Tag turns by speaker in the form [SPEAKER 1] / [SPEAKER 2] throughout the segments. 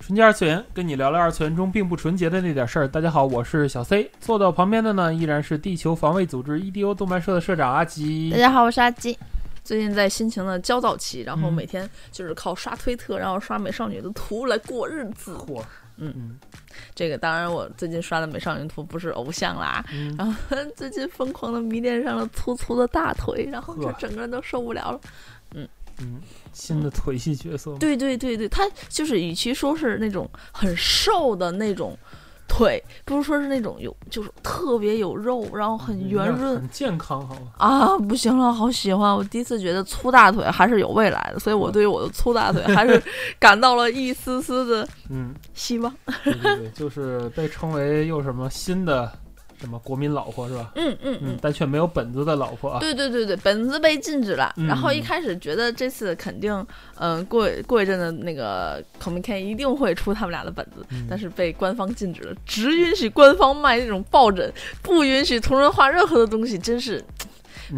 [SPEAKER 1] 纯洁二次元，跟你聊聊二次元中并不纯洁的那点事儿。大家好，我是小 C，坐到旁边的呢依然是地球防卫组织 EDO 动漫社的社长阿吉
[SPEAKER 2] 大。家好，我是阿吉。
[SPEAKER 3] 最近在心情的焦躁期，然后
[SPEAKER 1] 嗯
[SPEAKER 3] 每天就是靠刷推特，然后刷美少女的图来过日子。
[SPEAKER 1] 嚯，嗯
[SPEAKER 3] 这个当然，我最近刷的美少女图不是偶像啦，
[SPEAKER 1] 嗯，
[SPEAKER 3] 然后最近疯狂的迷恋上了粗粗的大腿，然后就
[SPEAKER 1] 呵
[SPEAKER 3] 整个人都受不了了。
[SPEAKER 1] 嗯，新的腿系角色，
[SPEAKER 3] 对对对对，他就是与其说是那种很瘦的那种腿，不如说是那种有就是特别有肉，然后很圆
[SPEAKER 1] 嗯
[SPEAKER 3] 润。
[SPEAKER 1] 很健康，好吗？
[SPEAKER 3] 啊，不行了，好喜欢！我第一次觉得粗大腿还是有未来的，所以
[SPEAKER 1] 嗯
[SPEAKER 3] 我对于我的粗大腿还是感到了一丝丝的
[SPEAKER 1] 嗯，
[SPEAKER 3] 希望。
[SPEAKER 1] 对对对，就是被称为又什么新的什么国民老婆是吧？
[SPEAKER 3] 嗯嗯
[SPEAKER 1] 嗯
[SPEAKER 3] 嗯，，
[SPEAKER 1] 但却没有本子的老婆啊。
[SPEAKER 3] 对对对对，本子被禁止了。
[SPEAKER 1] 嗯
[SPEAKER 3] 然后一开始觉得这次肯定，嗯、过过一阵的那个 c o m i c 一定会出他们俩的本子，
[SPEAKER 1] 嗯
[SPEAKER 3] 但是被官方禁止了，只允许官方卖那种抱枕，不允许同人画任何的东西，真是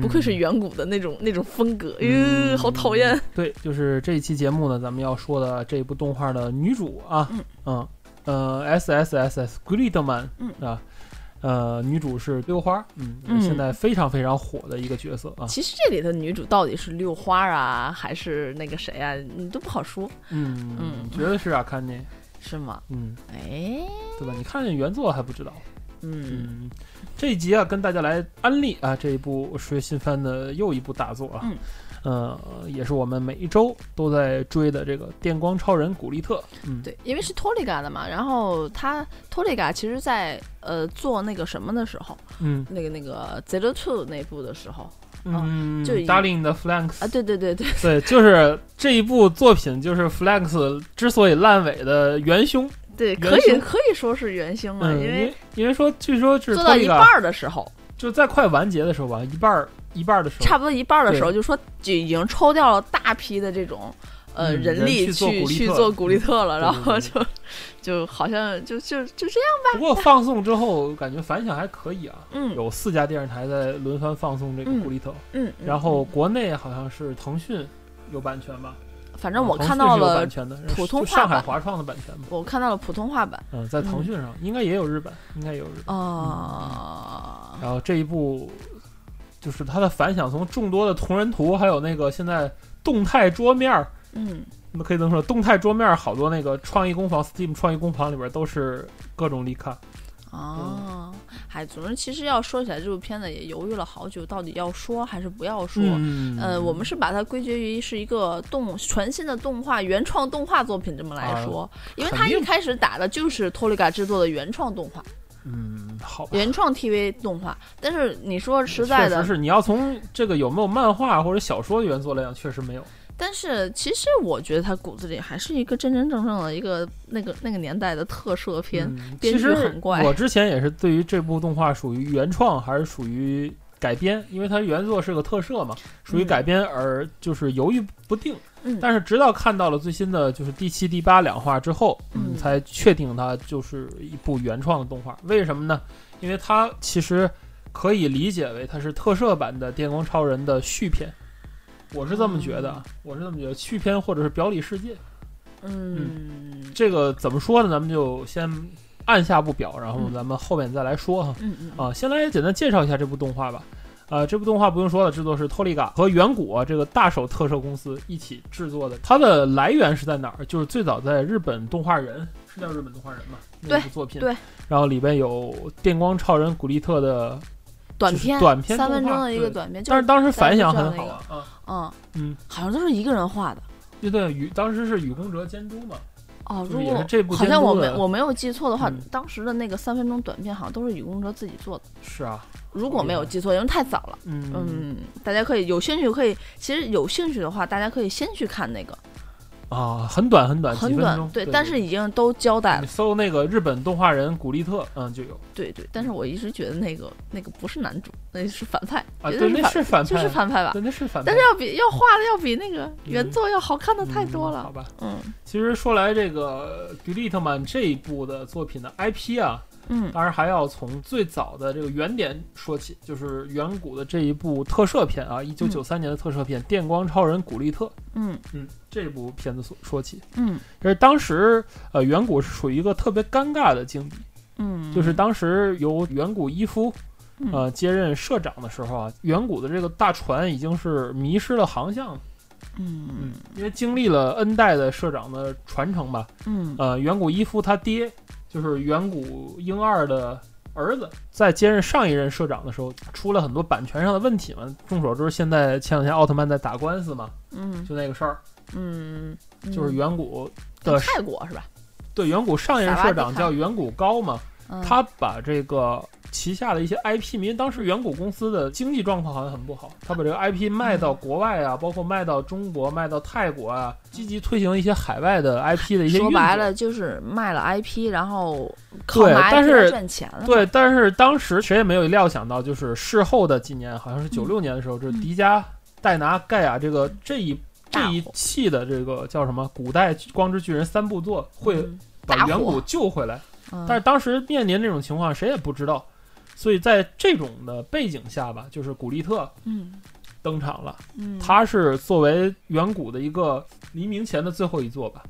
[SPEAKER 3] 不愧是
[SPEAKER 1] 嗯
[SPEAKER 3] 远古的那种那种风格，哟、
[SPEAKER 1] 嗯，
[SPEAKER 3] 哎好讨厌。。
[SPEAKER 1] 对，就是这一期节目呢，咱们要说的这部动画的女主啊，
[SPEAKER 3] 嗯
[SPEAKER 1] 嗯，呃，S S S S Gridman，
[SPEAKER 3] 嗯
[SPEAKER 1] 啊，呃，女主是六花，嗯，
[SPEAKER 3] 嗯
[SPEAKER 1] 现在非常非常火的一个角色啊，
[SPEAKER 3] 其实这里的女主到底是六花啊，还是那个谁啊，你都不好说，
[SPEAKER 1] 嗯，
[SPEAKER 3] 嗯
[SPEAKER 1] 觉得是啊，看见，
[SPEAKER 3] 是吗？
[SPEAKER 1] 嗯，
[SPEAKER 3] 哎，
[SPEAKER 1] 对吧？你看见原作还不知道，
[SPEAKER 3] 嗯
[SPEAKER 1] 嗯，这一集啊，跟大家来安利啊这一部是新番的又一部大作啊，
[SPEAKER 3] 嗯
[SPEAKER 1] 呃，也是我们每一周都在追的这个《电光超人古力特》，嗯，
[SPEAKER 3] 对，因为是托利嘎的嘛，然后他托利嘎其实在呃做那个什么的时候，
[SPEAKER 1] 嗯
[SPEAKER 3] 那个那个 Zero Two 那部的时候
[SPEAKER 1] 嗯，
[SPEAKER 3] 就已
[SPEAKER 1] Darling 的 Flanks
[SPEAKER 3] 啊，对对对对，
[SPEAKER 1] 对，就是这一部作品，就是 Flex 之所以烂尾的元凶。
[SPEAKER 3] 对，
[SPEAKER 1] 原
[SPEAKER 3] 可以
[SPEAKER 1] 型
[SPEAKER 3] 可以说是原型了，
[SPEAKER 1] 嗯，因
[SPEAKER 3] 因为
[SPEAKER 1] 因为说，据说是
[SPEAKER 3] 做到一半
[SPEAKER 1] Toliga
[SPEAKER 3] 儿的时候，
[SPEAKER 1] 就在快完结的时候吧，一半儿一半儿的时候，
[SPEAKER 3] 差不多一半儿的
[SPEAKER 1] 对
[SPEAKER 3] 时候，就说就已经抽调了大批的这种。呃，
[SPEAKER 1] 嗯
[SPEAKER 3] 人
[SPEAKER 1] 人
[SPEAKER 3] 力
[SPEAKER 1] 去做
[SPEAKER 3] 去
[SPEAKER 1] 古力
[SPEAKER 3] 去
[SPEAKER 1] 特
[SPEAKER 3] 做古力特了，
[SPEAKER 1] 嗯
[SPEAKER 3] 然后
[SPEAKER 1] 对
[SPEAKER 3] 就就好像就就就这样，
[SPEAKER 1] 不过放送之后感觉反响还可以啊，
[SPEAKER 3] 嗯
[SPEAKER 1] 有四家电视台在轮番放送这个
[SPEAKER 3] 嗯
[SPEAKER 1] 《狐狸头》，
[SPEAKER 3] 嗯，嗯
[SPEAKER 1] 然后国内好像是腾讯有版权吧，
[SPEAKER 3] 反正
[SPEAKER 1] 嗯
[SPEAKER 3] 我
[SPEAKER 1] 腾
[SPEAKER 3] 看
[SPEAKER 1] 讯
[SPEAKER 3] 到
[SPEAKER 1] 是有
[SPEAKER 3] 了
[SPEAKER 1] 版，权的
[SPEAKER 3] 普通
[SPEAKER 1] 就
[SPEAKER 3] 话
[SPEAKER 1] 上海
[SPEAKER 3] 版
[SPEAKER 1] 华创的版权嘛，
[SPEAKER 3] 我看到了普通话版
[SPEAKER 1] 嗯，在腾
[SPEAKER 3] 嗯
[SPEAKER 1] 讯上应该也有日版，应该也有日版。
[SPEAKER 3] 啊，
[SPEAKER 1] 然后这一部就是它的反响，从众多的同人图，还有那个现在动态桌面儿，
[SPEAKER 3] 嗯，
[SPEAKER 1] 那可以这么说，动态桌面儿好多那个创意工坊 Steam 创意工坊里边都是各种力看。嗯
[SPEAKER 3] 哦，哎，总之其实要说起来，这部片子也犹豫了好久，到底要说还是不要说。
[SPEAKER 1] 嗯
[SPEAKER 3] 呃，我们是把它归结于是一个动全新的动画原创动画作品这么来说，因为它
[SPEAKER 1] 啊肯定
[SPEAKER 3] 一开始打的就是托利嘎制作的原创动画、
[SPEAKER 1] 嗯，好吧。
[SPEAKER 3] 原创 TV 动画。但是你说实
[SPEAKER 1] 嗯
[SPEAKER 3] 在
[SPEAKER 1] 确
[SPEAKER 3] 的
[SPEAKER 1] 实，是你要从这个有没有漫画或者小说原作来讲，确实没有。
[SPEAKER 3] 但是其实我觉得它骨子里还是一个真真正正的一个那个那个年代的特摄片。
[SPEAKER 1] 嗯，其
[SPEAKER 3] 编剧
[SPEAKER 1] 实
[SPEAKER 3] 很怪
[SPEAKER 1] 我之前也是对于这部动画属于原创还是属于改编，因为它原作是个特摄嘛，属于
[SPEAKER 3] 嗯
[SPEAKER 1] 改编而就是犹豫不定。
[SPEAKER 3] 嗯
[SPEAKER 1] 但是直到看到了最新的就是第七、第八两话之后，
[SPEAKER 3] 嗯
[SPEAKER 1] 才确定它就是一部原创的动画。为什么呢？因为它其实可以理解为它是特摄版的《电光超人》的续篇。我是这么觉得，啊，
[SPEAKER 3] 哦
[SPEAKER 1] 我是这么觉得，续篇或者是表里世界，
[SPEAKER 3] 嗯
[SPEAKER 1] 这个怎么说呢？咱们就先按下不表，然后咱们后面再来说哈。
[SPEAKER 3] 嗯嗯
[SPEAKER 1] 啊，先来简单介绍一下这部动画吧。呃，这部动画不用说了，制作是托利嘎和远古、啊、这个大手特摄公司一起制作的。它的来源是在哪儿？就是最早在日本动画人是叫日本动画人嘛，那
[SPEAKER 3] 对
[SPEAKER 1] 部作品
[SPEAKER 3] 对
[SPEAKER 1] 然后里边有电光超人古力特的，
[SPEAKER 3] 短
[SPEAKER 1] 就是
[SPEAKER 3] 片，
[SPEAKER 1] 短片
[SPEAKER 3] 三分
[SPEAKER 1] 动画
[SPEAKER 3] 钟的一个
[SPEAKER 1] 对
[SPEAKER 3] 短片，就
[SPEAKER 1] 但是当时反响很
[SPEAKER 3] 咱
[SPEAKER 1] 好
[SPEAKER 3] 们
[SPEAKER 1] 啊，啊，
[SPEAKER 3] 嗯
[SPEAKER 1] 嗯，
[SPEAKER 3] 好像都是一个人画的
[SPEAKER 1] 对对，与当时是雨宫哲监督嘛，
[SPEAKER 3] 哦。
[SPEAKER 1] 就是
[SPEAKER 3] 如
[SPEAKER 1] 也
[SPEAKER 3] 果
[SPEAKER 1] 是这部
[SPEAKER 3] 好
[SPEAKER 1] 监
[SPEAKER 3] 像我
[SPEAKER 1] 督
[SPEAKER 3] 没
[SPEAKER 1] 的，
[SPEAKER 3] 我没有记错的话
[SPEAKER 1] 嗯，
[SPEAKER 3] 当时的那个三分钟短片好像都是雨宫哲自己做的，
[SPEAKER 1] 是啊，
[SPEAKER 3] 如果没有记错，因为太早了。
[SPEAKER 1] 嗯
[SPEAKER 3] 嗯，大家可以有兴趣可以，其实有兴趣的话，大家可以先去看那个
[SPEAKER 1] 啊，很短很短，
[SPEAKER 3] 很
[SPEAKER 1] 几分
[SPEAKER 3] 短
[SPEAKER 1] 钟。，
[SPEAKER 3] 对，但是已经都交代
[SPEAKER 1] 你
[SPEAKER 3] 了，
[SPEAKER 1] 搜那个日本动画人古力特，嗯，就有
[SPEAKER 3] 对对。但是我一直觉得那个那个不是男主，那是反派，
[SPEAKER 1] 啊，
[SPEAKER 3] 绝
[SPEAKER 1] 对，那
[SPEAKER 3] 反，
[SPEAKER 1] 是反派，
[SPEAKER 3] 就是反派吧。
[SPEAKER 1] 对，那是反派。嗯
[SPEAKER 3] 但是要比要画的要比那个原作要好看的太多
[SPEAKER 1] 嗯好
[SPEAKER 3] 了，
[SPEAKER 1] 吧，
[SPEAKER 3] 嗯
[SPEAKER 1] 其实说来这个《Glittman》这一部的作品的 IP 啊，
[SPEAKER 3] 嗯
[SPEAKER 1] 当然还要从最早的这个原点说起，就是远古的这一部特摄片啊，一九九三年的特摄片《电光超人古力特》。
[SPEAKER 3] 嗯
[SPEAKER 1] 嗯，这部片子所说起，
[SPEAKER 3] 嗯
[SPEAKER 1] 就是当时呃，远古是属于一个特别尴尬的境地，
[SPEAKER 3] 嗯，
[SPEAKER 1] 就是当时由远古伊夫
[SPEAKER 3] 嗯
[SPEAKER 1] 呃接任社长的时候啊，远古的这个大船已经是迷失了航向了，
[SPEAKER 3] 嗯
[SPEAKER 1] 因为经历了 N 代的社长的传承吧，
[SPEAKER 3] 嗯
[SPEAKER 1] 呃，远古伊夫他爹就是远古英二的儿子，在接任上一任社长的时候，出了很多版权上的问题嘛。众所周知，现在前两天奥特曼在打官司嘛，
[SPEAKER 3] 嗯
[SPEAKER 1] 就那个事儿，
[SPEAKER 3] 嗯，
[SPEAKER 1] 就是
[SPEAKER 3] 嗯
[SPEAKER 1] 远古
[SPEAKER 3] 在
[SPEAKER 1] 的
[SPEAKER 3] 泰国是吧？
[SPEAKER 1] 对远古上一任
[SPEAKER 3] 萨
[SPEAKER 1] 社
[SPEAKER 3] 瓦迪
[SPEAKER 1] 长
[SPEAKER 3] 卡
[SPEAKER 1] 叫远古高嘛，
[SPEAKER 3] 嗯
[SPEAKER 1] 他把这个旗下的一些 IP，因为当时远古公司的经济状况好像很不好，他把这个
[SPEAKER 3] 嗯
[SPEAKER 1] IP 卖到国外啊，包括卖到中国、卖到泰国啊，积极推行一些海外的 IP 的一些
[SPEAKER 3] 说
[SPEAKER 1] 运
[SPEAKER 3] 白
[SPEAKER 1] 作
[SPEAKER 3] 了就是卖了 IP，然后靠
[SPEAKER 1] 对
[SPEAKER 3] 拿
[SPEAKER 1] 但
[SPEAKER 3] IP 来
[SPEAKER 1] 是
[SPEAKER 3] 赚钱了。
[SPEAKER 1] 对，，但是当时谁也没有料想到，就是事后的几年，好像
[SPEAKER 3] 嗯
[SPEAKER 1] 是九六年的时候，这迪迦、戴拿、盖亚这个这一这
[SPEAKER 3] 大
[SPEAKER 1] 一
[SPEAKER 3] 火
[SPEAKER 1] 系的这个叫什么？古代光之巨人三部作会
[SPEAKER 3] 嗯，
[SPEAKER 1] 把
[SPEAKER 3] 大
[SPEAKER 1] 远
[SPEAKER 3] 火
[SPEAKER 1] 古救回来，
[SPEAKER 3] 嗯
[SPEAKER 1] 但是当时面临这种情况，谁也不知道，所以在这种的背景下吧，就是古力特
[SPEAKER 3] 嗯
[SPEAKER 1] 登场了，
[SPEAKER 3] 嗯，
[SPEAKER 1] 他是作为远古的一个黎明前的最后一作吧，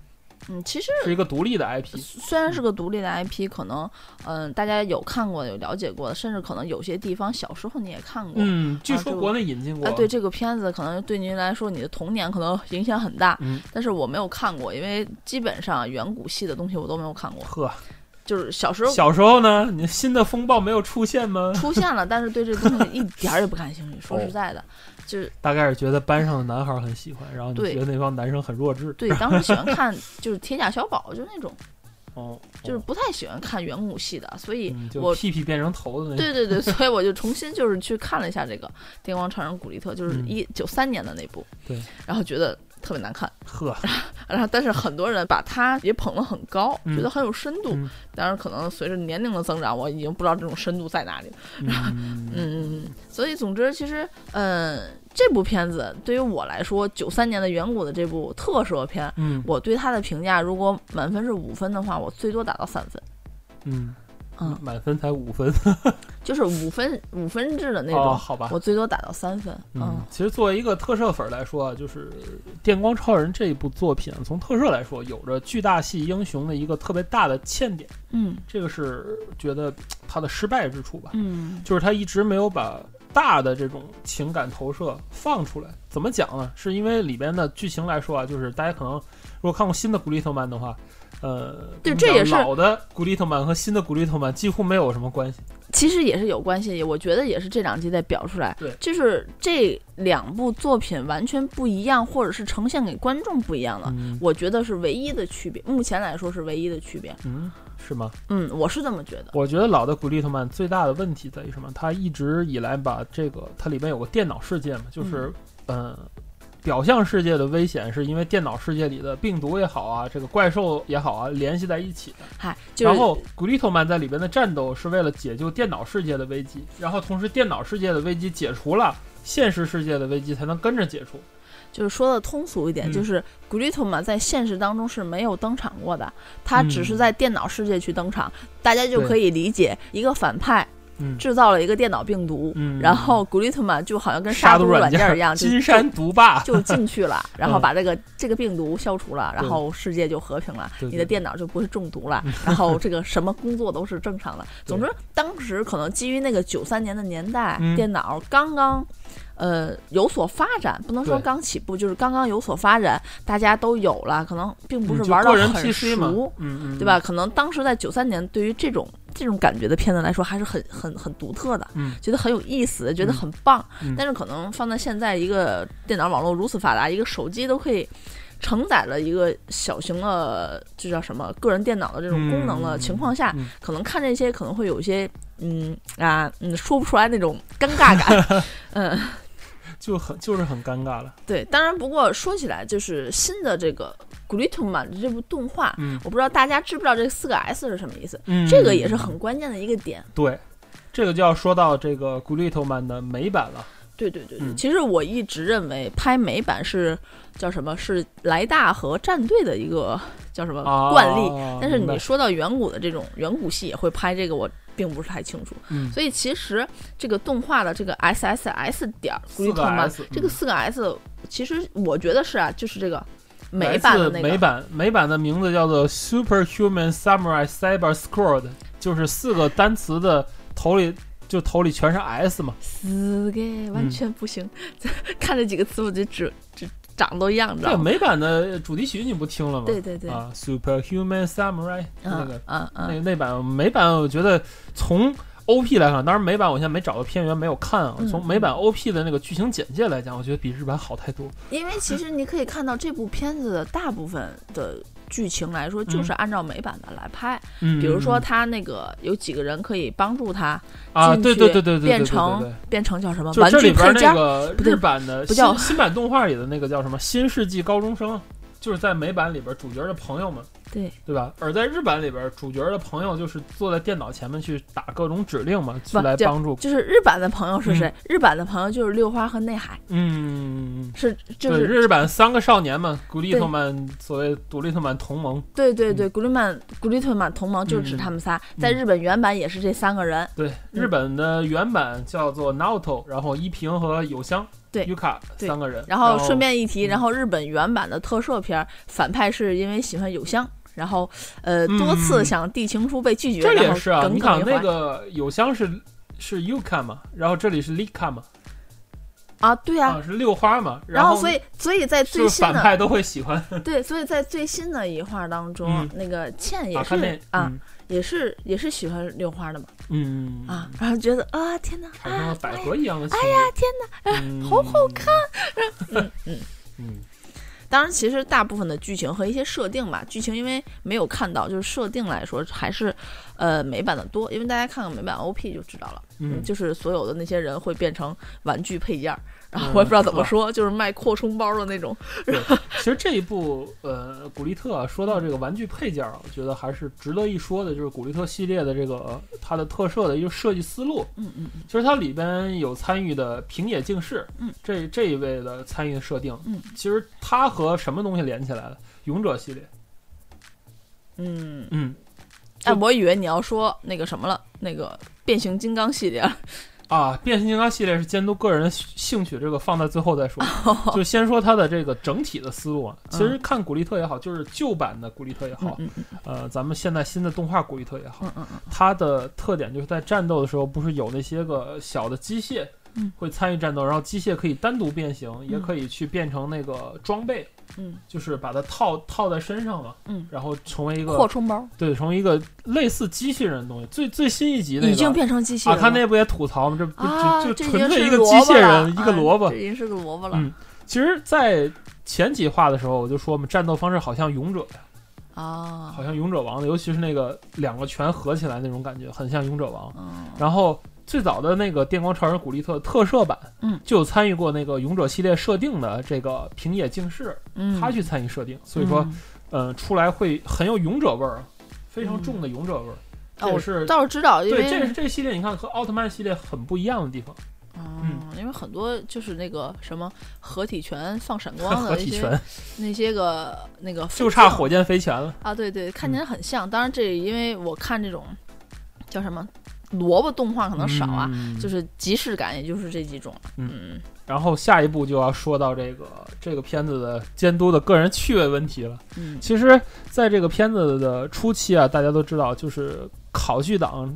[SPEAKER 3] 嗯，其实
[SPEAKER 1] 是一个独立的 IP。
[SPEAKER 3] 虽然是个独立的 IP，可能嗯、大家有看过、有了解过，甚至可能有些地方小时候你也看过。
[SPEAKER 1] 嗯，据
[SPEAKER 3] 啊
[SPEAKER 1] 说
[SPEAKER 3] 这个
[SPEAKER 1] 国内引进过。
[SPEAKER 3] 啊，对这个片子，可能对您来说，你的童年可能影响很大。
[SPEAKER 1] 嗯
[SPEAKER 3] 但是我没有看过，因为基本上远古系的东西我都没有看过。
[SPEAKER 1] 呵，
[SPEAKER 3] 就是小时候
[SPEAKER 1] 小时候呢，你新的风暴没有出现吗？
[SPEAKER 3] 出现了，但是对这东西一点儿也不感兴 趣。说实在
[SPEAKER 1] 哦
[SPEAKER 3] 的，就是
[SPEAKER 1] 大概是觉得班上的男孩儿很喜欢，然后你
[SPEAKER 3] 对
[SPEAKER 1] 觉得那帮男生很弱智。
[SPEAKER 3] 对当时喜欢看就是铁甲小宝，就那种，
[SPEAKER 1] 哦，
[SPEAKER 3] 就是不太喜欢看远古系的，所以
[SPEAKER 1] 嗯，就
[SPEAKER 3] 我
[SPEAKER 1] 屁屁变成头的那
[SPEAKER 3] 对对对， 所以我就重新就是去看了一下这个《电光超人古力特》，就是
[SPEAKER 1] 嗯
[SPEAKER 3] 一九三年的那部，
[SPEAKER 1] 对，
[SPEAKER 3] 然后觉得特别难看，
[SPEAKER 1] 呵，
[SPEAKER 3] 然后但是很多人把它也捧得很高，
[SPEAKER 1] 嗯
[SPEAKER 3] 觉得很有深度
[SPEAKER 1] 嗯，
[SPEAKER 3] 当然可能随着年龄的增长，我已经不知道这种深度在哪里了。
[SPEAKER 1] 嗯，
[SPEAKER 3] 嗯，所以总之其实，嗯，这部片子对于我来说，九三年的远古的这部特摄片。
[SPEAKER 1] 嗯
[SPEAKER 3] 我对它的评价，如果满分是五分的话，我最多打到三分，
[SPEAKER 1] 嗯
[SPEAKER 3] 嗯
[SPEAKER 1] 满分才五分
[SPEAKER 3] 就是五分五分制的那种。
[SPEAKER 1] 哦，好吧。
[SPEAKER 3] 我最多打到三分。
[SPEAKER 1] 嗯，其实作为一个特摄粉儿来说啊，就是《电光超人》这一部作品，啊从特摄来说，有着巨大系英雄的一个特别大的欠点，
[SPEAKER 3] 嗯
[SPEAKER 1] 这个是觉得他的失败之处吧。
[SPEAKER 3] 嗯
[SPEAKER 1] 就是他一直没有把大的这种情感投射放出来。怎么讲呢？是因为里边的剧情来说啊，就是大家可能如果看过新的《古力特曼》的话，呃，怎
[SPEAKER 3] 对
[SPEAKER 1] 么
[SPEAKER 3] 这
[SPEAKER 1] 讲
[SPEAKER 3] 也是
[SPEAKER 1] 老的《古力特曼》和新的《古力特曼》几乎没有什么关系。
[SPEAKER 3] 其实也是有关系，我觉得也是这两集在表出来，
[SPEAKER 1] 对
[SPEAKER 3] 就是这两部作品完全不一样，或者是呈现给观众不一样的，
[SPEAKER 1] 嗯
[SPEAKER 3] 我觉得是唯一的区别。目前来说是唯一的区别，
[SPEAKER 1] 嗯，是吗？
[SPEAKER 3] 嗯，我是这么觉得。
[SPEAKER 1] 我觉得老的《古力特曼》最大的问题在于什么？他一直以来把这个它里边有个电脑世界嘛，就是嗯。表象世界的危险是因为电脑世界里的病毒也好啊，这个怪兽也好啊，联系在一起的。
[SPEAKER 3] 嗨，就是
[SPEAKER 1] 然后古力特曼在里边的战斗是为了解救电脑世界的危机，然后同时电脑世界的危机解除了，现实世界的危机才能跟着解除。
[SPEAKER 3] 就是说的通俗一点，
[SPEAKER 1] 嗯
[SPEAKER 3] 就是古力特曼在现实当中是没有登场过的，他只是在电脑世界去登场，大家就
[SPEAKER 1] 嗯对
[SPEAKER 3] 可以理解一个反派
[SPEAKER 1] 嗯，
[SPEAKER 3] 制造了一个电脑病毒，
[SPEAKER 1] 嗯
[SPEAKER 3] 然后古力特曼就好像跟
[SPEAKER 1] 杀
[SPEAKER 3] 毒软
[SPEAKER 1] 件
[SPEAKER 3] 件一样，就
[SPEAKER 1] 金山毒 霸，
[SPEAKER 3] 就进去了，然
[SPEAKER 1] 嗯
[SPEAKER 3] 后把这个这个病毒消除了，然后世界就和平了，
[SPEAKER 1] 对对
[SPEAKER 3] 你的电脑就不会中 毒了，然后这个什么工作都是正常的。总之，当时可能基于那个九三年的年代，
[SPEAKER 1] 嗯
[SPEAKER 3] 电脑刚刚。呃，有所发展，不能说
[SPEAKER 1] 对
[SPEAKER 3] 刚起步，就是刚刚有所发展，大家都有了，可能并不
[SPEAKER 1] 嗯
[SPEAKER 3] 是
[SPEAKER 1] 就
[SPEAKER 3] 玩到
[SPEAKER 1] 个人
[SPEAKER 3] 很
[SPEAKER 1] PC 嘛
[SPEAKER 3] 熟，，
[SPEAKER 1] 嗯嗯，
[SPEAKER 3] 对吧？？可能当时在九三年，对于这种这种感觉的片子来说，还是很很很独特的，
[SPEAKER 1] 嗯
[SPEAKER 3] 觉得很有意思，觉得
[SPEAKER 1] 嗯
[SPEAKER 3] 很棒。
[SPEAKER 1] 嗯
[SPEAKER 3] 但是可能放在现在，一个电脑网络如此发达，一个手机都可以承载了一个小型的，这叫什么个人电脑的这种功能的情况下，
[SPEAKER 1] 嗯嗯嗯
[SPEAKER 3] 可能看这些可能会有一些嗯啊嗯说不出来那种尴 尬感，嗯。
[SPEAKER 1] 就很就是很尴尬了。
[SPEAKER 3] 对，当然，不过说起来，就是新的这个 Gritman 的这部动画，
[SPEAKER 1] 嗯
[SPEAKER 3] 我不知道大家知不知道这四个 S 是什么意思，
[SPEAKER 1] 嗯，
[SPEAKER 3] 啊这个也是很关键的一个点。
[SPEAKER 1] 对，这个就要说到这个 Glittman 的美版了。
[SPEAKER 3] 对对对对，
[SPEAKER 1] 嗯
[SPEAKER 3] 其实我一直认为拍美版是叫什么？是莱大和战队的一个叫什么
[SPEAKER 1] 啊
[SPEAKER 3] 呃惯例。但是
[SPEAKER 1] 明白
[SPEAKER 3] 你说到远古的这种远古系也会拍这个，我并不是太清楚。
[SPEAKER 1] 嗯
[SPEAKER 3] 所以其实这个动画的这个 SSS 点儿
[SPEAKER 1] 四个
[SPEAKER 3] Gritman
[SPEAKER 1] S，嗯
[SPEAKER 3] 这个四个 S，其实我觉得是啊，就是这个
[SPEAKER 1] 来
[SPEAKER 3] 美版的
[SPEAKER 1] 自
[SPEAKER 3] 那
[SPEAKER 1] 美
[SPEAKER 3] 个。
[SPEAKER 1] 版美版的名字叫做 Superhuman Samurai Cyber Squad，就是四个单词的头里就头里全是 S 嘛。
[SPEAKER 3] 四个完全不行， 看这几个词我就只只长得都一样，你知
[SPEAKER 1] 这
[SPEAKER 3] 道
[SPEAKER 1] 个
[SPEAKER 3] 吗？
[SPEAKER 1] 美版的主题曲你不听了吗？
[SPEAKER 3] 对对对，
[SPEAKER 1] 啊，Superhuman Samurai 那个
[SPEAKER 3] 嗯嗯
[SPEAKER 1] 那
[SPEAKER 3] 嗯，
[SPEAKER 1] 那版美版，我觉得从 OP 来看，当然美版我现在没找到片源，没有看啊。
[SPEAKER 3] 嗯
[SPEAKER 1] 从美版 OP 的那个剧情简介来讲，我觉得比日版好太多。
[SPEAKER 3] 因为其实你可以看到这部片子的大部分的剧情来说，就是按照美版的来拍。
[SPEAKER 1] 嗯，
[SPEAKER 3] 比如说他那个有几个人可以帮助他
[SPEAKER 1] 啊，
[SPEAKER 3] 进
[SPEAKER 1] 对
[SPEAKER 3] 去
[SPEAKER 1] 对对对对，对
[SPEAKER 3] 变
[SPEAKER 1] 对
[SPEAKER 3] 成
[SPEAKER 1] 对
[SPEAKER 3] 变成叫什么
[SPEAKER 1] 就
[SPEAKER 3] 玩
[SPEAKER 1] 这
[SPEAKER 3] 具
[SPEAKER 1] 里边
[SPEAKER 3] 配件
[SPEAKER 1] 那
[SPEAKER 3] 儿。
[SPEAKER 1] 个
[SPEAKER 3] 不对
[SPEAKER 1] 日版的
[SPEAKER 3] 不叫
[SPEAKER 1] 新新版动画里的那个叫什么《新世纪高中生》，就是在美版里边主角的朋友们，
[SPEAKER 3] 对
[SPEAKER 1] 对吧？而在日版里边，主角的朋友就是坐在电脑前面去打各种指令嘛，去
[SPEAKER 3] 不
[SPEAKER 1] 来
[SPEAKER 3] 就
[SPEAKER 1] 帮助。
[SPEAKER 3] 就是日版的朋友是谁？日版的朋友就是六花和内海，
[SPEAKER 1] 嗯，
[SPEAKER 3] 是就
[SPEAKER 1] 对，
[SPEAKER 3] 是
[SPEAKER 1] 日版三个少年嘛，古力特曼所谓古力特曼同盟，
[SPEAKER 3] 对对对，古力曼古力特曼同盟就是指
[SPEAKER 1] 嗯
[SPEAKER 3] 他们仨，在
[SPEAKER 1] 嗯
[SPEAKER 3] 日本原版也是这三个人。
[SPEAKER 1] 对，日本的原版叫做 Naoto，然后一平和有香，
[SPEAKER 3] 对
[SPEAKER 1] Yuka
[SPEAKER 3] 对
[SPEAKER 1] 三个人，
[SPEAKER 3] 然后顺便一提，
[SPEAKER 1] 嗯
[SPEAKER 3] 然后日本原版的特摄片儿反派是因为喜欢有香，然后呃
[SPEAKER 1] 嗯
[SPEAKER 3] 多次想递情书被拒绝，
[SPEAKER 1] 这里
[SPEAKER 3] 然
[SPEAKER 1] 也
[SPEAKER 3] 后
[SPEAKER 1] 是啊，
[SPEAKER 3] 耿
[SPEAKER 1] 你
[SPEAKER 3] 耿
[SPEAKER 1] 看
[SPEAKER 3] 于
[SPEAKER 1] 那
[SPEAKER 3] 怀
[SPEAKER 1] 个有香是是 Yuka 嘛，然后这里是 Lika 嘛，
[SPEAKER 3] 啊，对啊
[SPEAKER 1] 啊，是六花嘛，
[SPEAKER 3] 然
[SPEAKER 1] 后
[SPEAKER 3] 所以所以在
[SPEAKER 1] 就
[SPEAKER 3] 最
[SPEAKER 1] 是
[SPEAKER 3] 新
[SPEAKER 1] 反
[SPEAKER 3] 的
[SPEAKER 1] 派都会喜欢
[SPEAKER 3] 对，所以在最新的一话当中
[SPEAKER 1] 嗯，
[SPEAKER 3] 那个倩也
[SPEAKER 1] 打看
[SPEAKER 3] 是
[SPEAKER 1] 那
[SPEAKER 3] 啊，，也是也是喜欢六花的嘛
[SPEAKER 1] 嗯嗯
[SPEAKER 3] 啊，，然后觉得啊天哪
[SPEAKER 1] 产生了
[SPEAKER 3] 啊，
[SPEAKER 1] 百合一样的情哎呀天哪，好好 看，嗯
[SPEAKER 3] 当然，其实大部分的剧情和一些设定吧，剧情因为没有看到，就是设定来说还是，呃，美版的多，因为大家看看美版 OP 就知道了，
[SPEAKER 1] 嗯
[SPEAKER 3] 就是所有的那些人会变成玩具配件儿，然后
[SPEAKER 1] 嗯
[SPEAKER 3] 我也不知道怎么说，就是卖扩充包的那种，
[SPEAKER 1] 其实这一部呃，古力特啊，说到这个玩具配件啊，我觉得还是值得一说的，就是古力特系列的这个呃它的特摄的一个设计思路。
[SPEAKER 3] 嗯嗯
[SPEAKER 1] 其实它里边有参与的平野敬世，
[SPEAKER 3] 嗯，
[SPEAKER 1] 这这一位的参与的设定，
[SPEAKER 3] 嗯，
[SPEAKER 1] 其实它和什么东西连起来了？勇者系列，
[SPEAKER 3] 嗯，嗯
[SPEAKER 1] 嗯
[SPEAKER 3] 哎，
[SPEAKER 1] 就
[SPEAKER 3] 我以为你要说那个什么了，那个变形金刚系列，
[SPEAKER 1] 啊，变形金刚系列是监督个人的兴趣，这个放在最后再 说，就先说它的这个整体的思路啊。其实看古力特也好，就是旧版的古力特也
[SPEAKER 3] 嗯
[SPEAKER 1] 好，
[SPEAKER 3] 嗯
[SPEAKER 1] 呃，咱们现在新的动画古力特也好，
[SPEAKER 3] 嗯嗯
[SPEAKER 1] 它的特点就是在战斗的时候，不是有那些个小的机械
[SPEAKER 3] 嗯
[SPEAKER 1] 会参与战斗，然后机械可以单独变形，也可以去变成那个装备，
[SPEAKER 3] 嗯
[SPEAKER 1] 就是把它套套在身上嘛，
[SPEAKER 3] 嗯
[SPEAKER 1] 然后成为一
[SPEAKER 3] 嗯，扩
[SPEAKER 1] 个
[SPEAKER 3] 充包
[SPEAKER 1] 对，成为一个类似机器人的东西。最最新一集那
[SPEAKER 3] 已经
[SPEAKER 1] 个
[SPEAKER 3] 变成机器
[SPEAKER 1] 啊，
[SPEAKER 3] 人了，
[SPEAKER 1] 他那不也吐槽吗？这不
[SPEAKER 3] 啊，
[SPEAKER 1] 就就
[SPEAKER 3] 这已
[SPEAKER 1] 纯
[SPEAKER 3] 经
[SPEAKER 1] 粹
[SPEAKER 3] 是
[SPEAKER 1] 一个机
[SPEAKER 3] 萝卜
[SPEAKER 1] 械人，
[SPEAKER 3] 了
[SPEAKER 1] 一个萝卜
[SPEAKER 3] 啊这。已经是个萝卜了。
[SPEAKER 1] 嗯其实，在前几话的时候，我就说嘛，战斗方式好像勇者呀，
[SPEAKER 3] 啊，
[SPEAKER 1] 好像勇者王的，尤其是那个两个拳合起来那种感觉，很像勇者王。
[SPEAKER 3] 嗯
[SPEAKER 1] 然后最早的那个电光超人古力特特摄版，
[SPEAKER 3] 嗯，
[SPEAKER 1] 就有参与过那个勇者系列设定的这个平野敬世，
[SPEAKER 3] 嗯，
[SPEAKER 1] 他去参与设定，所以说，
[SPEAKER 3] 嗯
[SPEAKER 1] 嗯、出来会很有勇者味儿，非常重的勇者味儿。
[SPEAKER 3] 哦，
[SPEAKER 1] 这
[SPEAKER 3] 我
[SPEAKER 1] 也是
[SPEAKER 3] 倒是知道，因
[SPEAKER 1] 对，这
[SPEAKER 3] 为
[SPEAKER 1] 是这个系列，你看和奥特曼系列很不一样的地方，
[SPEAKER 3] 嗯，因为很多就是那个什么合体拳 放闪光
[SPEAKER 1] 合
[SPEAKER 3] 的
[SPEAKER 1] 体
[SPEAKER 3] 一
[SPEAKER 1] 拳
[SPEAKER 3] 些那些个那个
[SPEAKER 1] 就差
[SPEAKER 3] 飞
[SPEAKER 1] 火箭飞拳了。
[SPEAKER 3] 镜啊，对对，看
[SPEAKER 1] 嗯
[SPEAKER 3] 起来很像。当然，这因为我看这种叫什么萝卜动画可能少啊，
[SPEAKER 1] 嗯
[SPEAKER 3] 就是即视感，也就是这几种了。嗯
[SPEAKER 1] 然后下一步就要说到这个这个片子的监督的个人趣味问题了。
[SPEAKER 3] 嗯
[SPEAKER 1] 其实，在这个片子的初期啊，大家都知道，就是考据党，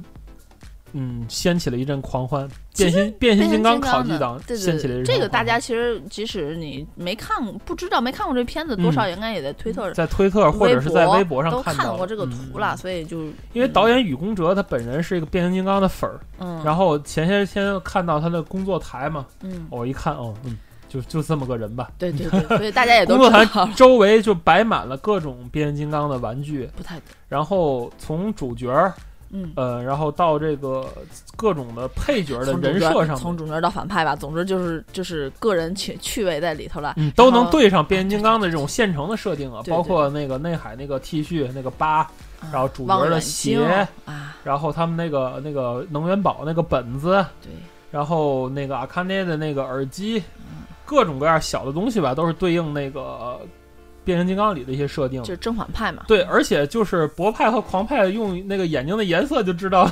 [SPEAKER 1] 嗯，掀起了一阵狂欢。
[SPEAKER 3] 其
[SPEAKER 1] 变
[SPEAKER 3] 实
[SPEAKER 1] 形变形金刚考据
[SPEAKER 3] 的
[SPEAKER 1] 党
[SPEAKER 3] 对
[SPEAKER 1] 掀
[SPEAKER 3] 对
[SPEAKER 1] 起了一阵
[SPEAKER 3] 对，这个
[SPEAKER 1] 狂欢
[SPEAKER 3] 大家其实即使你没看过，不知道没看过这片子，多
[SPEAKER 1] 嗯
[SPEAKER 3] 少应该也在推特。
[SPEAKER 1] 在推特或者是在微博上
[SPEAKER 3] 都
[SPEAKER 1] 看
[SPEAKER 3] 看
[SPEAKER 1] 到
[SPEAKER 3] 过这个图了，
[SPEAKER 1] 嗯
[SPEAKER 3] 所以就
[SPEAKER 1] 因为导演宇宫哲他本人是一个变形金刚的粉儿，
[SPEAKER 3] 嗯，
[SPEAKER 1] 然后前些天看到他的工作台嘛，
[SPEAKER 3] 嗯，
[SPEAKER 1] 我一看哦，嗯，就就这么个人吧。
[SPEAKER 3] 对对 对，所以大家也都
[SPEAKER 1] 工
[SPEAKER 3] 知
[SPEAKER 1] 作台
[SPEAKER 3] 道了，
[SPEAKER 1] 周围就摆满了各种变形金刚的玩具，
[SPEAKER 3] 不太
[SPEAKER 1] 然后从主角儿
[SPEAKER 3] 嗯，
[SPEAKER 1] 呃，然后到这个各种的配角的
[SPEAKER 3] 从主
[SPEAKER 1] 人设
[SPEAKER 3] 角
[SPEAKER 1] 上
[SPEAKER 3] 从
[SPEAKER 1] 面，
[SPEAKER 3] 主角到反派吧，总之就是就是个人趣趣味在里头了。
[SPEAKER 1] 嗯，都
[SPEAKER 3] 然
[SPEAKER 1] 能
[SPEAKER 3] 后
[SPEAKER 1] 对上变形金刚的这种现成的设定啊，
[SPEAKER 3] 对对嗯
[SPEAKER 1] 包括那个内海那个 T 恤、那个疤，然后主角
[SPEAKER 3] 望
[SPEAKER 1] 的
[SPEAKER 3] 远镜
[SPEAKER 1] 鞋，
[SPEAKER 3] 啊，
[SPEAKER 1] 然后他们那个那个能源宝那个本子，
[SPEAKER 3] 对，
[SPEAKER 1] 然后那个阿卡内的那个耳机，
[SPEAKER 3] 嗯
[SPEAKER 1] 各种各样小的东西吧，都是对应那个呃变形金刚里的一些设定
[SPEAKER 3] 就。是正反派嘛。
[SPEAKER 1] 对，而且就是博派和狂派用那个眼睛的颜色就知道，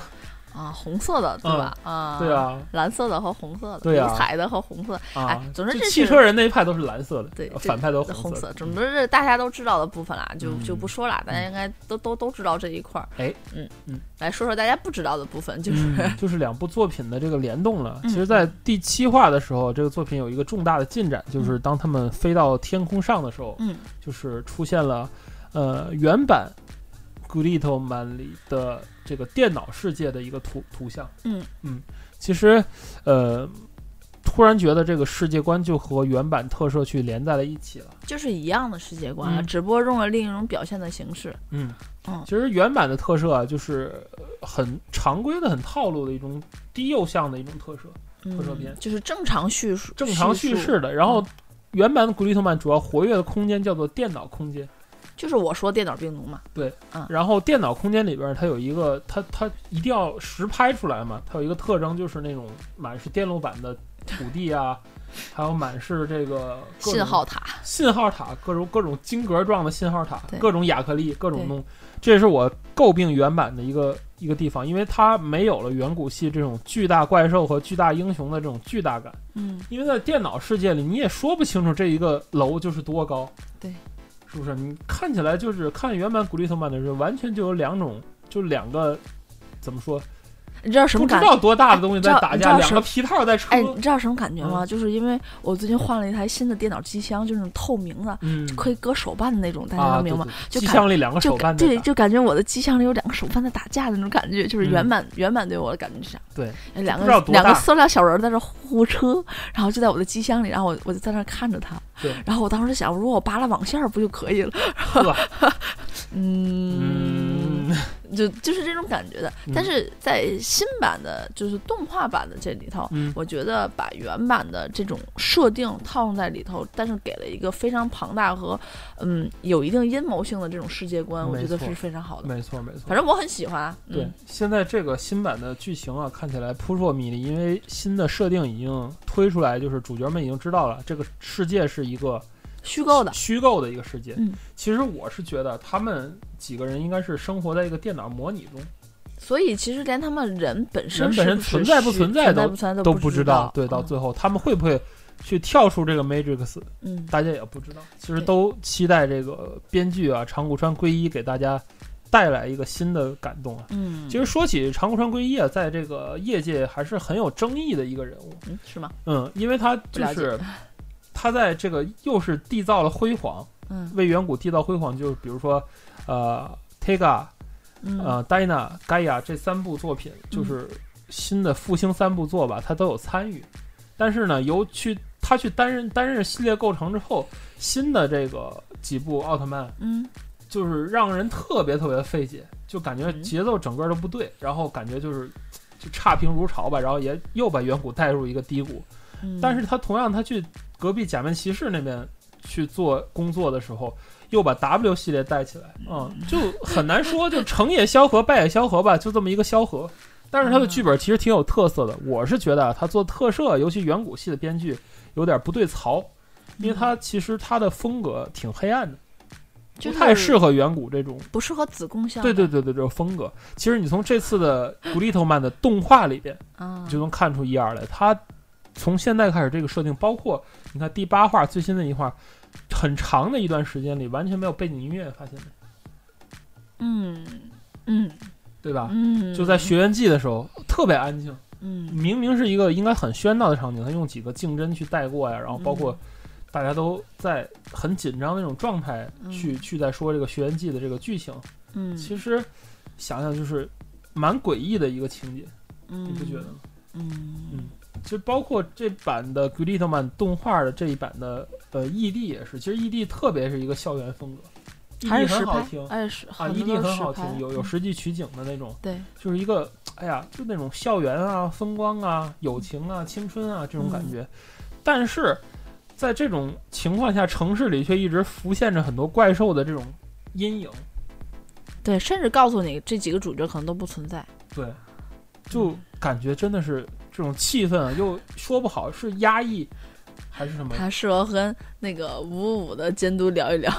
[SPEAKER 3] 啊，红色的对吧？啊，
[SPEAKER 1] 对，啊
[SPEAKER 3] 蓝色的和红色的，
[SPEAKER 1] 对啊
[SPEAKER 3] 五彩的和红色的，
[SPEAKER 1] 啊
[SPEAKER 3] 哎，总之
[SPEAKER 1] 就
[SPEAKER 3] 这是
[SPEAKER 1] 汽车人那一派都是蓝色的，啊
[SPEAKER 3] 对这
[SPEAKER 1] 反派都是
[SPEAKER 3] 红
[SPEAKER 1] 色
[SPEAKER 3] 色。
[SPEAKER 1] 的。
[SPEAKER 3] 总之这大家都知道的部分啦，就
[SPEAKER 1] 嗯
[SPEAKER 3] 就不说啦，大家应该都都都知道这一块儿。
[SPEAKER 1] 哎，
[SPEAKER 3] 嗯
[SPEAKER 1] 嗯，
[SPEAKER 3] 来说说大家不知道的部分，就是
[SPEAKER 1] 嗯，就是两部作品的这个联动了。
[SPEAKER 3] 嗯
[SPEAKER 1] 其实，在第七话的时候，这个作品有一个重大的进展，就是当他们飞到天空上的时候，
[SPEAKER 3] 嗯，
[SPEAKER 1] 就是出现了，呃，原版《g o o d i t o Man》里的这个电脑世界的一个图图像。
[SPEAKER 3] 嗯
[SPEAKER 1] 嗯，其实，呃，突然觉得这个世界观就和原版特摄去连在了一起了。
[SPEAKER 3] 就是一样的世界观啊，
[SPEAKER 1] 嗯
[SPEAKER 3] 只不过用了另一种表现的形式。
[SPEAKER 1] 嗯
[SPEAKER 3] 嗯，
[SPEAKER 1] 其实原版的特摄啊，就是呃很常规的、很套路的一种低幼向的一种特摄。
[SPEAKER 3] 嗯
[SPEAKER 1] 特摄片，
[SPEAKER 3] 就是正常叙嗯述，
[SPEAKER 1] 正常叙事的。然后原版的古力特曼主要活跃的空间叫做电脑空间，
[SPEAKER 3] 就是我说电脑病毒嘛，
[SPEAKER 1] 然后电脑空间里边它有一个，它它一定要实拍出来嘛，它有一个特征就是那种满是电路板的土地啊。还有满是这个各种
[SPEAKER 3] 信号塔，
[SPEAKER 1] 信号塔，各种各种晶格状的信号塔，
[SPEAKER 3] 对
[SPEAKER 1] 各种亚克力，各种
[SPEAKER 3] 对
[SPEAKER 1] 弄，这是我诟病原版的一个一个地方，因为它没有了远古系这种巨大怪兽和巨大英雄的这种巨大感。
[SPEAKER 3] 嗯，
[SPEAKER 1] 因为在电脑世界里，你也说不清楚这一个楼就是多高，
[SPEAKER 3] 对，
[SPEAKER 1] 是不是？你看起来就是看原版古力特曼的时候，完全就有两种，就两个怎么说，
[SPEAKER 3] 你知道什
[SPEAKER 1] 不
[SPEAKER 3] 么
[SPEAKER 1] 知
[SPEAKER 3] 感觉？哎
[SPEAKER 1] 道多大的东西在打
[SPEAKER 3] 你知道
[SPEAKER 1] 架，
[SPEAKER 3] 你知道
[SPEAKER 1] 两
[SPEAKER 3] 什
[SPEAKER 1] 个
[SPEAKER 3] 么
[SPEAKER 1] 皮套在扯，
[SPEAKER 3] 哎，你知道什么感觉
[SPEAKER 1] 嗯
[SPEAKER 3] 吗？就是因为我最近换了一台新的电脑机箱，就是那种透明的，
[SPEAKER 1] 嗯，
[SPEAKER 3] 可以搁手办的那种，大家
[SPEAKER 1] 啊，
[SPEAKER 3] 能明白？
[SPEAKER 1] 对？
[SPEAKER 3] 就
[SPEAKER 1] 对机
[SPEAKER 3] 感
[SPEAKER 1] 箱里两个
[SPEAKER 3] 就
[SPEAKER 1] 手
[SPEAKER 3] 感
[SPEAKER 1] 办在
[SPEAKER 3] 对，
[SPEAKER 1] 打
[SPEAKER 3] 就感觉我的机箱里有两个手办在打架的那种感觉，就是原
[SPEAKER 1] 嗯
[SPEAKER 3] 版、原版对我的感觉是这样。
[SPEAKER 1] 对
[SPEAKER 3] 哎，两
[SPEAKER 1] 不知道
[SPEAKER 3] 个
[SPEAKER 1] 多
[SPEAKER 3] 两个
[SPEAKER 1] 大
[SPEAKER 3] 塑料小人在那呼车，然后就在我的机箱里，然后我我就在那看着他
[SPEAKER 1] 对，
[SPEAKER 3] 然后我当时想，如果我扒拉网线儿不就可以了？
[SPEAKER 1] 呵
[SPEAKER 3] 嗯，
[SPEAKER 1] 嗯，
[SPEAKER 3] 就就是这种感觉的
[SPEAKER 1] 嗯。
[SPEAKER 3] 但是在新版的，就是动画版的这里头，
[SPEAKER 1] 嗯
[SPEAKER 3] 我觉得把原版的这种设定套用在里头，但是给了一个非常庞大和嗯有一定阴谋性的这种世界观，我
[SPEAKER 1] 没
[SPEAKER 3] 觉得
[SPEAKER 1] 错
[SPEAKER 3] 是非常好的。
[SPEAKER 1] 没错没错，
[SPEAKER 3] 反正我很喜欢啊。
[SPEAKER 1] 对
[SPEAKER 3] 嗯，，
[SPEAKER 1] 现在这个新版的剧情啊，看起来扑朔迷离，因为新的设定已经推出来，就是主角们已经知道了这个世界是一个
[SPEAKER 3] 虚构的，
[SPEAKER 1] 虚构的一个世界。
[SPEAKER 3] 嗯，
[SPEAKER 1] 其实我是觉得他们几个人应该是生活在一个电脑模拟中，
[SPEAKER 3] 所以其实连他们人本身
[SPEAKER 1] 人本身
[SPEAKER 3] 是不是
[SPEAKER 1] 存在不
[SPEAKER 3] 虚
[SPEAKER 1] 存
[SPEAKER 3] 存
[SPEAKER 1] 在都
[SPEAKER 3] 不存在
[SPEAKER 1] 都
[SPEAKER 3] 不
[SPEAKER 1] 知
[SPEAKER 3] 道。
[SPEAKER 1] 对，到
[SPEAKER 3] 嗯
[SPEAKER 1] 最后他们会不会去跳出这个 Matrix，
[SPEAKER 3] 嗯，
[SPEAKER 1] 大家也不知道。其实
[SPEAKER 3] 对
[SPEAKER 1] 都期待这个编剧啊，长谷川圭一给大家带来一个新的感动啊。
[SPEAKER 3] 嗯，
[SPEAKER 1] 其实说起长谷川圭一啊，在这个业界还是很有争议的一个人物。
[SPEAKER 3] 嗯是吗？
[SPEAKER 1] 嗯，因为他就
[SPEAKER 3] 了
[SPEAKER 1] 是他在这个又是缔造了辉煌，
[SPEAKER 3] 嗯
[SPEAKER 1] 为远古缔造辉煌，就是比如说呃 Tega
[SPEAKER 3] 嗯
[SPEAKER 1] 呃 Dina Gaia 这三部作品，就是新的复兴三部作吧，他都有参与。但是呢，由去他去担任担任系列构成之后，新的这个几部奥特曼
[SPEAKER 3] 嗯
[SPEAKER 1] 就是让人特别特别费解，就感觉
[SPEAKER 3] 嗯
[SPEAKER 1] 节奏整个都不对，然后感觉就是就差评如潮吧，然后也又把远古带入一个低谷。
[SPEAKER 3] 嗯，
[SPEAKER 1] 但是他同样他去隔壁假面骑士那边去做工作的时候，又把 W 系列带起来，嗯，就很难说，就成也萧何，败也萧何吧，就这么一个萧何。但是他的剧本其实挺有特色的，我是觉得啊，他做特摄，尤其远古系的编剧有点不对槽，因为他其实他的风格挺黑暗的，
[SPEAKER 3] 就
[SPEAKER 1] 不太
[SPEAKER 3] 是
[SPEAKER 1] 适合远古这种。
[SPEAKER 3] 不适合子宫像
[SPEAKER 1] 对对对对，这种风格，其实你从这次的《古力头曼》的动画里边，
[SPEAKER 3] 啊，
[SPEAKER 1] 就能看出一二来。它从现在开始这个设定，包括你看第八话最新的一话，很长的一段时间里完全没有背景音乐，发现没？
[SPEAKER 3] 嗯嗯
[SPEAKER 1] 对吧？
[SPEAKER 3] 嗯，
[SPEAKER 1] 啊就在学院季的时候，特别安静。
[SPEAKER 3] 嗯
[SPEAKER 1] 明明是一个应该很喧闹的场景，他用几个竞争去带过呀，然后包
[SPEAKER 3] 嗯
[SPEAKER 1] 括大家都在很紧张的那种状态去、去在说这个学院季的这个剧情，
[SPEAKER 3] 嗯，
[SPEAKER 1] 其实想想就是蛮诡异的一个情节，
[SPEAKER 3] 你
[SPEAKER 1] 你不觉得吗？？
[SPEAKER 3] 嗯
[SPEAKER 1] 其实包括这版的《g r i，E t m a n 动画的这一版的呃 ED 也是，其实 ED 特别是一个校园风格， ，ED
[SPEAKER 3] 还是实
[SPEAKER 1] 很好
[SPEAKER 3] 拍
[SPEAKER 1] 听，。
[SPEAKER 3] 哎是
[SPEAKER 1] 啊
[SPEAKER 3] 很多
[SPEAKER 1] ，ED
[SPEAKER 3] 都
[SPEAKER 1] 很
[SPEAKER 3] 是实
[SPEAKER 1] 好
[SPEAKER 3] 拍嗯
[SPEAKER 1] 听，有有实际取景的那种，
[SPEAKER 3] 对，
[SPEAKER 1] 就是一个哎呀，就那种校园啊、风光啊、友情啊、青春啊这种感觉。
[SPEAKER 3] 嗯
[SPEAKER 1] 但是在这种情况下，城市里却一直浮现着很多怪兽的这种阴
[SPEAKER 3] 嗯
[SPEAKER 1] 影。
[SPEAKER 3] 对，甚至告诉你这几个主角可能都不存在。嗯
[SPEAKER 1] 对，嗯就感觉真的是这种气氛啊，又说不好是压抑还是什么，
[SPEAKER 3] 他适合和那个五五的监督聊一聊，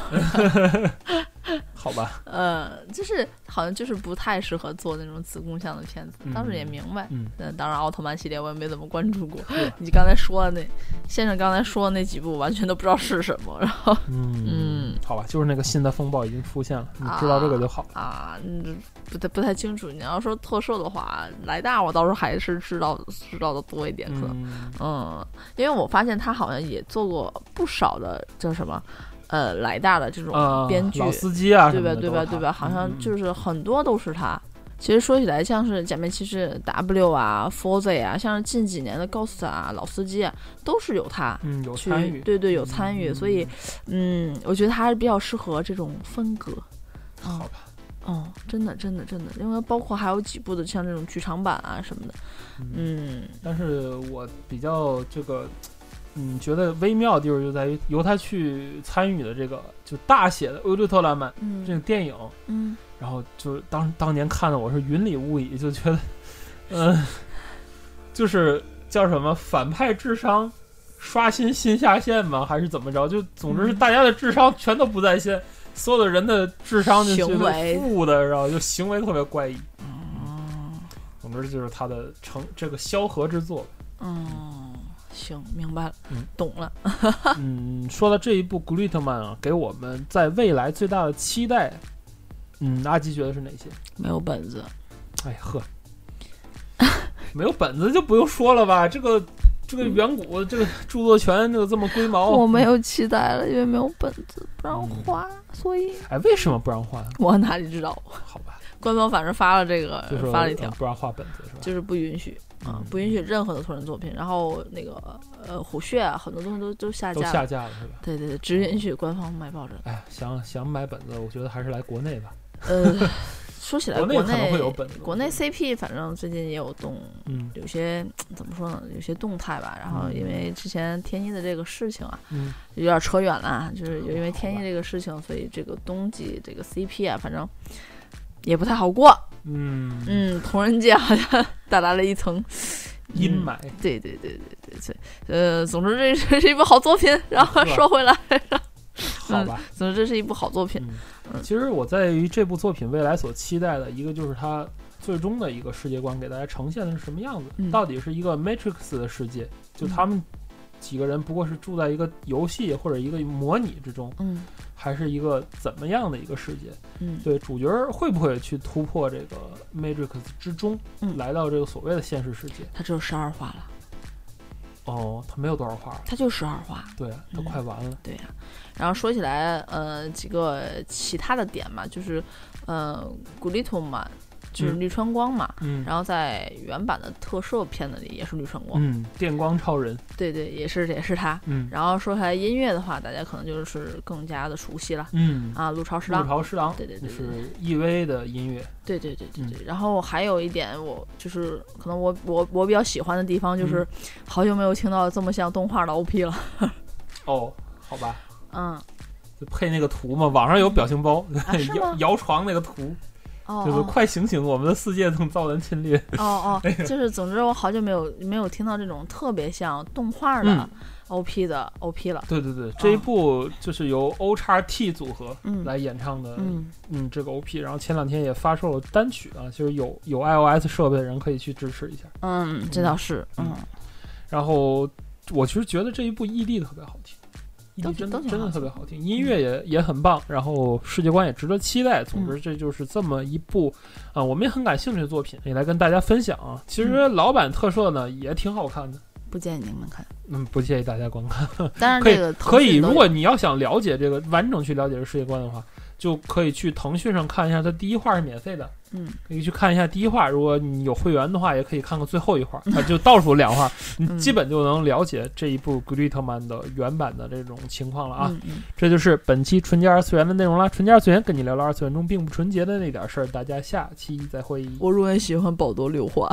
[SPEAKER 1] 好吧？
[SPEAKER 3] 呃，就是好像就是不太适合做那种子宫向的片子。当时也
[SPEAKER 1] 嗯
[SPEAKER 3] 明白，
[SPEAKER 1] 嗯，
[SPEAKER 3] 嗯，当然奥特曼系列我也没怎么关注过
[SPEAKER 1] 是。
[SPEAKER 3] 你刚才说的那先生刚才说的那几部，完全都不知道是什么。然后
[SPEAKER 1] 嗯
[SPEAKER 3] 嗯，
[SPEAKER 1] 好吧，就是那个新的风暴已经出现了，你知道这个就好。
[SPEAKER 3] 啊，嗯不太不太清楚。你要说特摄的话，莱大我倒是还是知道知道的多一点，啊可能
[SPEAKER 1] 嗯，
[SPEAKER 3] 嗯，因为我发现他好像也做过不少的叫什么，呃，莱大的这种
[SPEAKER 1] 啊，
[SPEAKER 3] 编剧，
[SPEAKER 1] 老司机啊，
[SPEAKER 3] 对
[SPEAKER 1] 什
[SPEAKER 3] 吧？
[SPEAKER 1] 么的
[SPEAKER 3] 对
[SPEAKER 1] 都
[SPEAKER 3] 吧？
[SPEAKER 1] 是他
[SPEAKER 3] 对吧？好像
[SPEAKER 1] 嗯
[SPEAKER 3] 就是很多都是他。其实说起来，像是假面骑士 W 啊、Forza 啊，像是近几年的 Ghost 啊、老司机啊，都是有他
[SPEAKER 1] 嗯有
[SPEAKER 3] 去
[SPEAKER 1] 参与，
[SPEAKER 3] 对对有参与，
[SPEAKER 1] 嗯
[SPEAKER 3] 所以嗯，我觉得他还是比较适合这种风格。嗯
[SPEAKER 1] 好吧，
[SPEAKER 3] 哦，真的，真的，真的，因为包括还有几部的，像这种剧场版啊什么的，
[SPEAKER 1] 嗯，
[SPEAKER 3] 嗯，
[SPEAKER 1] 但是我比较这个。嗯，觉得微妙的地方就在于由他去参与的这个就大写的《欧洲特拉曼》
[SPEAKER 3] 嗯
[SPEAKER 1] 这个电影，
[SPEAKER 3] 嗯，
[SPEAKER 1] 然后就是当当年看的我是云里雾里，就 觉得，嗯、就是叫什么反派智商刷新新下限吗？还是怎么着？就总之是
[SPEAKER 3] 嗯
[SPEAKER 1] 大家的智商全都不在线，所有的人的智商就觉
[SPEAKER 3] 行
[SPEAKER 1] 得
[SPEAKER 3] 为
[SPEAKER 1] 负的，然后就行为特别怪异。
[SPEAKER 3] 哦，
[SPEAKER 1] 嗯总之就是他的成这个萧何之 作吧。
[SPEAKER 3] 嗯，行，明白了，
[SPEAKER 1] 嗯
[SPEAKER 3] 懂了，
[SPEAKER 1] 嗯，说到这一部《g l i t m a n 啊，给我们在未来最大的期待，嗯，阿吉觉得是哪些？
[SPEAKER 3] 没有本子，
[SPEAKER 1] 哎呵，没有本子就不用说了吧，这个。这
[SPEAKER 3] 嗯
[SPEAKER 1] 个远古这个著作权这个这么龟毛，
[SPEAKER 3] 我没。有期待了，因为没有本子不让画，所以
[SPEAKER 1] 哎，为什么不让换？
[SPEAKER 3] 我哪里知道？
[SPEAKER 1] 好吧，
[SPEAKER 3] 官方反正发了这个
[SPEAKER 1] 就，说
[SPEAKER 3] 呃发了一条
[SPEAKER 1] 嗯，不让画本子是吧？
[SPEAKER 3] 就是不允许。啊
[SPEAKER 1] 嗯，
[SPEAKER 3] 不允许任何的同人作品，然后那个呃虎穴啊，很多东西都都下
[SPEAKER 1] 都
[SPEAKER 3] 架了，
[SPEAKER 1] 下架了是吧？
[SPEAKER 3] 对对对，只允许官方卖抱枕。
[SPEAKER 1] 哎，想想买本子，我觉得还是来国内吧。
[SPEAKER 3] 呃， 说起来，
[SPEAKER 1] 国
[SPEAKER 3] 国
[SPEAKER 1] 内可能会有本子
[SPEAKER 3] 国内 CP 反正最近也有动，
[SPEAKER 1] 嗯
[SPEAKER 3] 有些怎么说呢，有些动态吧。然后
[SPEAKER 1] 嗯
[SPEAKER 3] 因为之前天一的这个事情啊，
[SPEAKER 1] 嗯，
[SPEAKER 3] 有点扯远了啊，就是因为天一
[SPEAKER 1] 哦好吧
[SPEAKER 3] 这个事情，所以这个冬季这个 CP 啊，反正也不太好过。
[SPEAKER 1] 嗯，
[SPEAKER 3] 嗯，同人界好像 带来了一层
[SPEAKER 1] 阴。
[SPEAKER 3] 嗯
[SPEAKER 1] 霾，
[SPEAKER 3] 对对对对对对，呃，总之这这是一部好作品。然后
[SPEAKER 1] 是吧
[SPEAKER 3] 说回来，
[SPEAKER 1] 好吧。
[SPEAKER 3] 总之这是一部好作品。
[SPEAKER 1] 嗯，其实我在于这部作品未来所期待的一个就是它最终的一个世界观给大家呈现的是什么样子，
[SPEAKER 3] 嗯
[SPEAKER 1] 到底是一个 Matrix 的世界，就他们几个人不过是住在一个游戏或者一个模拟之中，
[SPEAKER 3] 嗯
[SPEAKER 1] 还是一个怎么样的一个世界？
[SPEAKER 3] 嗯
[SPEAKER 1] 对，主角会不会去突破这个 Matrix 之中，
[SPEAKER 3] 嗯
[SPEAKER 1] 来到这个所谓的现实世界？
[SPEAKER 3] 它只有十二话了，
[SPEAKER 1] 哦，他没有多少话了，
[SPEAKER 3] 它就十二话。
[SPEAKER 1] 对，他
[SPEAKER 3] 嗯
[SPEAKER 1] 快完了，
[SPEAKER 3] 对呀、然后说起来，呃，几个其他的点嘛，就是呃，古力图嘛，就是
[SPEAKER 1] 嗯
[SPEAKER 3] 绿川光嘛，
[SPEAKER 1] 嗯
[SPEAKER 3] 然后在原版的特摄片子里也是绿川光，
[SPEAKER 1] 嗯，电光超人，
[SPEAKER 3] 对对，也是也是他。
[SPEAKER 1] 嗯
[SPEAKER 3] 然后说起来音乐的话，大家可能就是更加的熟悉了
[SPEAKER 1] 嗯，
[SPEAKER 3] 啊，陆潮石
[SPEAKER 1] 入
[SPEAKER 3] 郎，
[SPEAKER 1] 朝食堂，
[SPEAKER 3] 对对对
[SPEAKER 1] 就
[SPEAKER 3] 对
[SPEAKER 1] 是 EV 的音乐，
[SPEAKER 3] 对对对
[SPEAKER 1] 嗯
[SPEAKER 3] 对对。然后还有一点，我就是可能我我我比较喜欢的地方，就是
[SPEAKER 1] 嗯
[SPEAKER 3] 好久没有听到这么像动画的 OP 了，
[SPEAKER 1] 哦，好吧。
[SPEAKER 3] 嗯，
[SPEAKER 1] 就配那个图嘛，网上有表情包，
[SPEAKER 3] 啊是
[SPEAKER 1] 摇
[SPEAKER 3] 吗
[SPEAKER 1] 摇床那个图，
[SPEAKER 3] 哦
[SPEAKER 1] 就是
[SPEAKER 3] 哦
[SPEAKER 1] 快醒醒，我们的世界正遭人侵略。
[SPEAKER 3] 哦哦，就是总之我好久没有没有听到这种特别像动画
[SPEAKER 1] 嗯
[SPEAKER 3] 的 OP 的 OP 了。
[SPEAKER 1] 对对对，这一部就是由 O x T 组合
[SPEAKER 3] 哦嗯
[SPEAKER 1] 来演唱的，嗯
[SPEAKER 3] 嗯
[SPEAKER 1] 这个 OP，然后前两天也发售了单曲啊，就是有有 iOS 设备的人可以去支持一下。
[SPEAKER 3] 嗯，这倒是，
[SPEAKER 1] 嗯
[SPEAKER 3] 嗯
[SPEAKER 1] 然后我其实觉得这一部 ED 特别好听。
[SPEAKER 3] 都
[SPEAKER 1] ED 真的
[SPEAKER 3] 都挺
[SPEAKER 1] 真的
[SPEAKER 3] 好
[SPEAKER 1] 特别好听，音乐也也很棒，然后世界观也值得期待。总
[SPEAKER 3] 嗯
[SPEAKER 1] 之，这就是这么一部啊、我们也很感兴趣的作品，也来跟大家分享啊。其实老版特摄呢也挺好看的，
[SPEAKER 3] 不建议你们看。
[SPEAKER 1] 嗯，不建议大家观看。
[SPEAKER 3] 但是
[SPEAKER 1] 可以
[SPEAKER 3] 这个腾
[SPEAKER 1] 可以，
[SPEAKER 3] 讯都
[SPEAKER 1] 如果你要想了解这个完整去了解这个世界观的话，就可以去腾讯上看一下，它第一话是免费的，
[SPEAKER 3] 嗯，
[SPEAKER 1] 可以去看一下第一话。如果你有会员的话，也可以看看最后一话，啊，就倒数两话，你
[SPEAKER 3] 嗯
[SPEAKER 1] 基本就能了解这一部《格 r 特曼》的原版的这种情况了啊。
[SPEAKER 3] 嗯嗯
[SPEAKER 1] 这就是本期纯洁二次元的内容啦。纯洁二次元跟你聊聊二次元中并不纯洁的那点事儿，大家下期再会。
[SPEAKER 3] 我如果喜欢宝多六花。